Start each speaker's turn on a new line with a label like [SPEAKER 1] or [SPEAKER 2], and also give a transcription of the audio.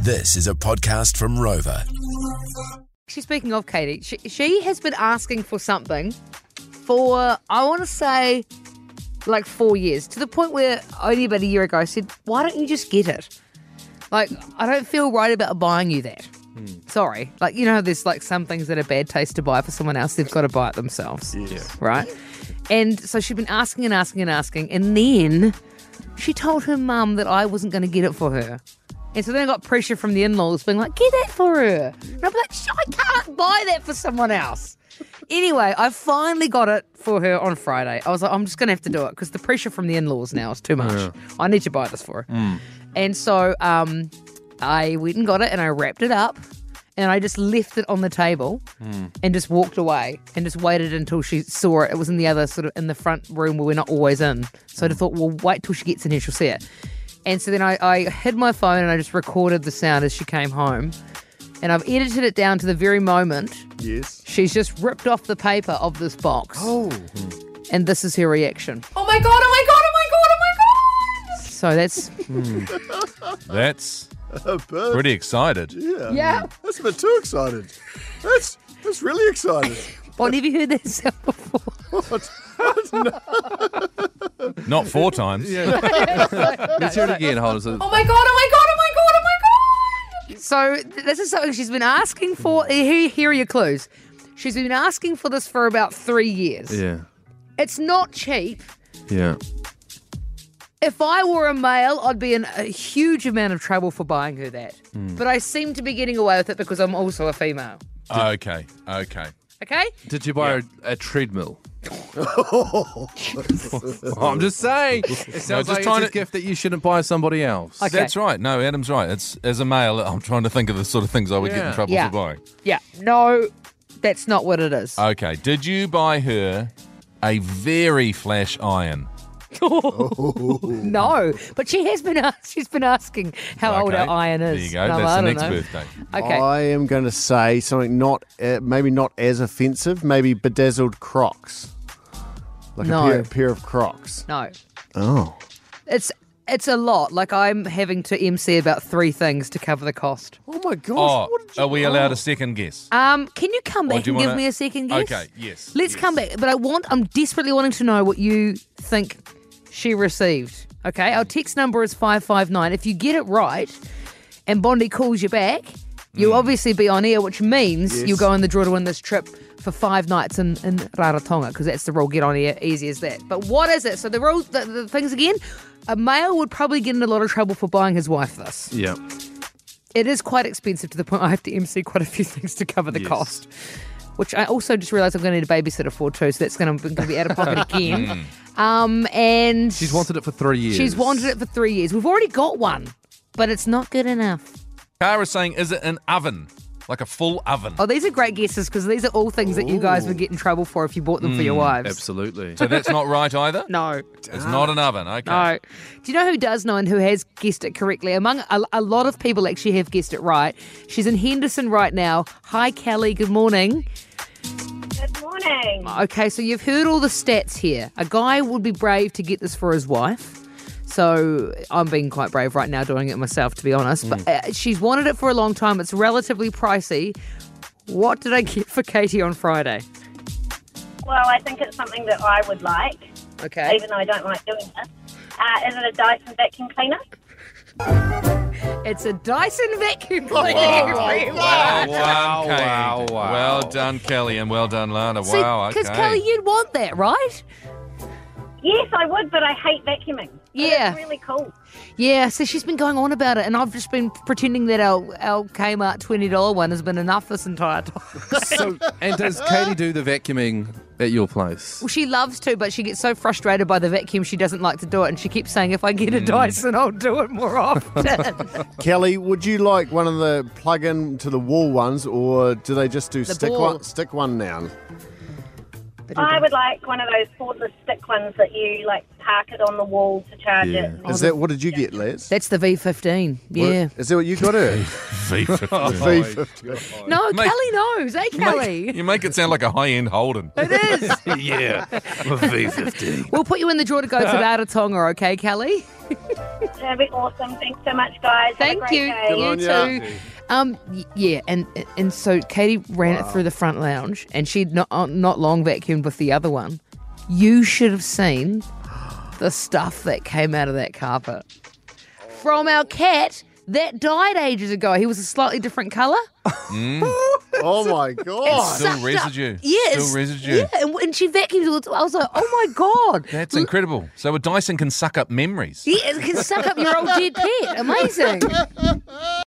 [SPEAKER 1] This is a podcast from Rover.
[SPEAKER 2] Actually, speaking of Katie, she, she has been asking for something for, I want to say, like four years, to the point where only about a year ago I said, Why don't you just get it? Like, I don't feel right about buying you that. Sorry. Like, you know, how there's like some things that are bad taste to buy for someone else, they've got to buy it themselves. Yeah. Right? And so she'd been asking and asking and asking. And then she told her mum that I wasn't going to get it for her. And so then I got pressure from the in laws being like, get that for her. And I'm like, "Sh- I can't buy that for someone else. Anyway, I finally got it for her on Friday. I was like, I'm just going to have to do it because the pressure from the in laws now is too much. I need to buy this for her. And so um, I went and got it and I wrapped it up and I just left it on the table and just walked away and just waited until she saw it. It was in the other sort of in the front room where we're not always in. So I just thought, well, wait till she gets in here, she'll see it. And so then I, I hid my phone and I just recorded the sound as she came home. And I've edited it down to the very moment
[SPEAKER 3] Yes.
[SPEAKER 2] she's just ripped off the paper of this box.
[SPEAKER 3] Oh.
[SPEAKER 2] And this is her reaction.
[SPEAKER 4] Oh my god, oh my god, oh my god, oh my god!
[SPEAKER 2] So that's
[SPEAKER 5] That's pretty excited.
[SPEAKER 3] Yeah.
[SPEAKER 4] Yeah.
[SPEAKER 3] That's a bit too excited. That's that's really excited.
[SPEAKER 2] Bonnie, have you heard that sound
[SPEAKER 4] Oh
[SPEAKER 2] before?
[SPEAKER 5] Not four times.
[SPEAKER 6] Let's hear it again. Hold on. So,
[SPEAKER 4] Oh my god, oh my god, oh my god, oh my god!
[SPEAKER 2] So th- this is something she's been asking for. eh, Here, here are your clues. She's been asking for this for about three years.
[SPEAKER 6] yeah.
[SPEAKER 2] It's not cheap.
[SPEAKER 6] Yeah.
[SPEAKER 2] If I were a male, I'd be in a huge amount of trouble for buying her that.
[SPEAKER 5] Hmm.
[SPEAKER 2] But I seem to be getting away with it because I'm also a female.
[SPEAKER 5] Okay. Okay.
[SPEAKER 2] Okay?
[SPEAKER 6] Did you buy a, a treadmill? Oh, I'm just saying. It sounds
[SPEAKER 5] just
[SPEAKER 6] like
[SPEAKER 5] trying
[SPEAKER 6] it's
[SPEAKER 5] to-
[SPEAKER 6] a gift that you shouldn't buy somebody else.
[SPEAKER 2] Okay.
[SPEAKER 5] That's right. No, Adam's right. It's as a male, I'm trying to think of the sort of things I would get
[SPEAKER 6] Yeah.
[SPEAKER 5] in trouble
[SPEAKER 2] Yeah.
[SPEAKER 5] for buying.
[SPEAKER 2] Yeah. No, that's not what it is.
[SPEAKER 5] Okay. Did you buy her a very flash iron?
[SPEAKER 2] no. But she has been asked, she's been asking how old
[SPEAKER 5] Okay.
[SPEAKER 2] her iron is.
[SPEAKER 5] There you go.
[SPEAKER 2] And I'm
[SPEAKER 5] That's the
[SPEAKER 2] like,
[SPEAKER 5] next
[SPEAKER 2] I don't
[SPEAKER 5] birthday.
[SPEAKER 2] know. Okay.
[SPEAKER 3] I am going to say something not, uh, maybe not as offensive, maybe bedazzled Crocs. Like
[SPEAKER 2] No.
[SPEAKER 3] a pair, pair of Crocs.
[SPEAKER 2] no.
[SPEAKER 3] Oh.
[SPEAKER 2] It's it's a lot. Like I'm having to MC about three things to cover the cost.
[SPEAKER 3] Oh my gosh.
[SPEAKER 5] Oh,
[SPEAKER 3] what did you
[SPEAKER 5] are we allowed a second guess?
[SPEAKER 2] Um, can you come
[SPEAKER 5] Or
[SPEAKER 2] back
[SPEAKER 5] Oh, do you
[SPEAKER 2] and give
[SPEAKER 5] wanna-
[SPEAKER 2] me a second guess?
[SPEAKER 5] Okay, yes,
[SPEAKER 2] Let's
[SPEAKER 5] yes.
[SPEAKER 2] come back. But I want I'm desperately wanting to know what you think she received. Okay? Our text number is five five nine. If you get it right and Bondi calls you back,
[SPEAKER 5] Hmm.
[SPEAKER 2] you'll obviously be on air, which means you'll go in the draw to win this trip for five nights in, in Rarotonga, because that's the rule, get on air, easy as that. But what is it? So the rules the, the things again, a male would probably get in a lot of trouble for buying his wife this
[SPEAKER 6] yeah.
[SPEAKER 2] it is quite expensive to the point I have to MC quite a few things to cover the cost. Which I also just realised I'm going to need a babysitter for too, so that's going to, going to be out of pocket again. um, and
[SPEAKER 6] Mm. She's wanted it for three years.
[SPEAKER 2] she's wanted it for three years. We've already got one, but it's not good enough.
[SPEAKER 5] Kara's saying, is it an oven? Like a full oven?
[SPEAKER 2] Oh, these are great guesses because these are all things that you guys would get in trouble for if you bought them for
[SPEAKER 6] Mm,
[SPEAKER 2] your wives.
[SPEAKER 6] Absolutely.
[SPEAKER 5] So that's not right either?
[SPEAKER 2] No,
[SPEAKER 5] It's not an oven. Okay.
[SPEAKER 2] no. Do you know who does know and who has guessed it correctly? Among a, a lot of people actually have guessed it right. She's in Henderson right now. Hi, Kelly. Good morning.
[SPEAKER 4] Good morning.
[SPEAKER 2] Okay, so you've heard all the stats here. A guy would be brave to get this for his wife. So I'm being quite brave right now doing it myself, to be honest. But uh, she's wanted it for a long time. It's relatively pricey. What did I get for Katie on Friday?
[SPEAKER 7] Well, I think it's something that I would like,
[SPEAKER 2] Okay.
[SPEAKER 7] even though I don't like doing this. Uh, is it a Dyson vacuum cleaner?
[SPEAKER 2] It's a Dyson vacuum cleaner.
[SPEAKER 5] Wow, wow,
[SPEAKER 6] Oh, Wow,
[SPEAKER 5] wow,
[SPEAKER 6] wow, wow.
[SPEAKER 5] Well done, Kelly, and well done, Lana. wow, okay.
[SPEAKER 2] Because Kelly, you'd want that, right?
[SPEAKER 7] Yes, I would, but I hate vacuuming. But
[SPEAKER 2] Yeah.
[SPEAKER 7] It's really cool.
[SPEAKER 2] Yeah, so she's been going on about it, and I've just been pretending that our, our Kmart $20 one has been enough this entire time.
[SPEAKER 6] so, and does Katie do the vacuuming at your place?
[SPEAKER 2] Well, she loves to, but she gets so frustrated by the vacuum she doesn't like to do it, and she keeps saying, "If I get
[SPEAKER 5] Mm.
[SPEAKER 2] a Dyson, I'll do it more often."
[SPEAKER 3] Kelly, would you like one of the plug-in to the wall ones, or do they just do stick
[SPEAKER 2] ball.
[SPEAKER 3] one? Stick one now.
[SPEAKER 7] I would like one of those cordless stick ones that you like park it on the wall to charge
[SPEAKER 6] Yeah.
[SPEAKER 7] it.
[SPEAKER 2] Oh,
[SPEAKER 3] Is that what did you get, Les?
[SPEAKER 2] That's the V15. Yeah. Oh,
[SPEAKER 3] Is that what you got? Her.
[SPEAKER 2] No,
[SPEAKER 5] Mate-
[SPEAKER 2] Kelly knows. Hey, Kelly.
[SPEAKER 5] You make it sound like a high-end Holden.
[SPEAKER 2] it is.
[SPEAKER 6] yeah. V15.
[SPEAKER 2] We'll put you in the draw to go to Rarotonga, okay, Kelly?
[SPEAKER 7] That'd be awesome. Thanks so much, guys. Have a
[SPEAKER 2] Thank
[SPEAKER 7] great
[SPEAKER 2] you.
[SPEAKER 7] day.
[SPEAKER 3] Good
[SPEAKER 2] You
[SPEAKER 3] on ya.
[SPEAKER 2] too. Um, y- yeah, and and so Katie ran it through the front lounge, and she'd not uh, not long vacuumed with the other one. You should have seen the stuff that came out of that carpet from our cat that died ages ago. He was a slightly different colour.
[SPEAKER 3] Oh my god!
[SPEAKER 5] Still
[SPEAKER 2] Sucked up.
[SPEAKER 5] residue.
[SPEAKER 2] Yeah,
[SPEAKER 5] Still
[SPEAKER 2] it's-
[SPEAKER 5] residue.
[SPEAKER 2] Yeah, and when she vacuumed, it, I was like, oh my god.
[SPEAKER 5] That's incredible. So a Dyson can suck up memories.
[SPEAKER 2] Yeah, it can suck up your old dead pet. Amazing.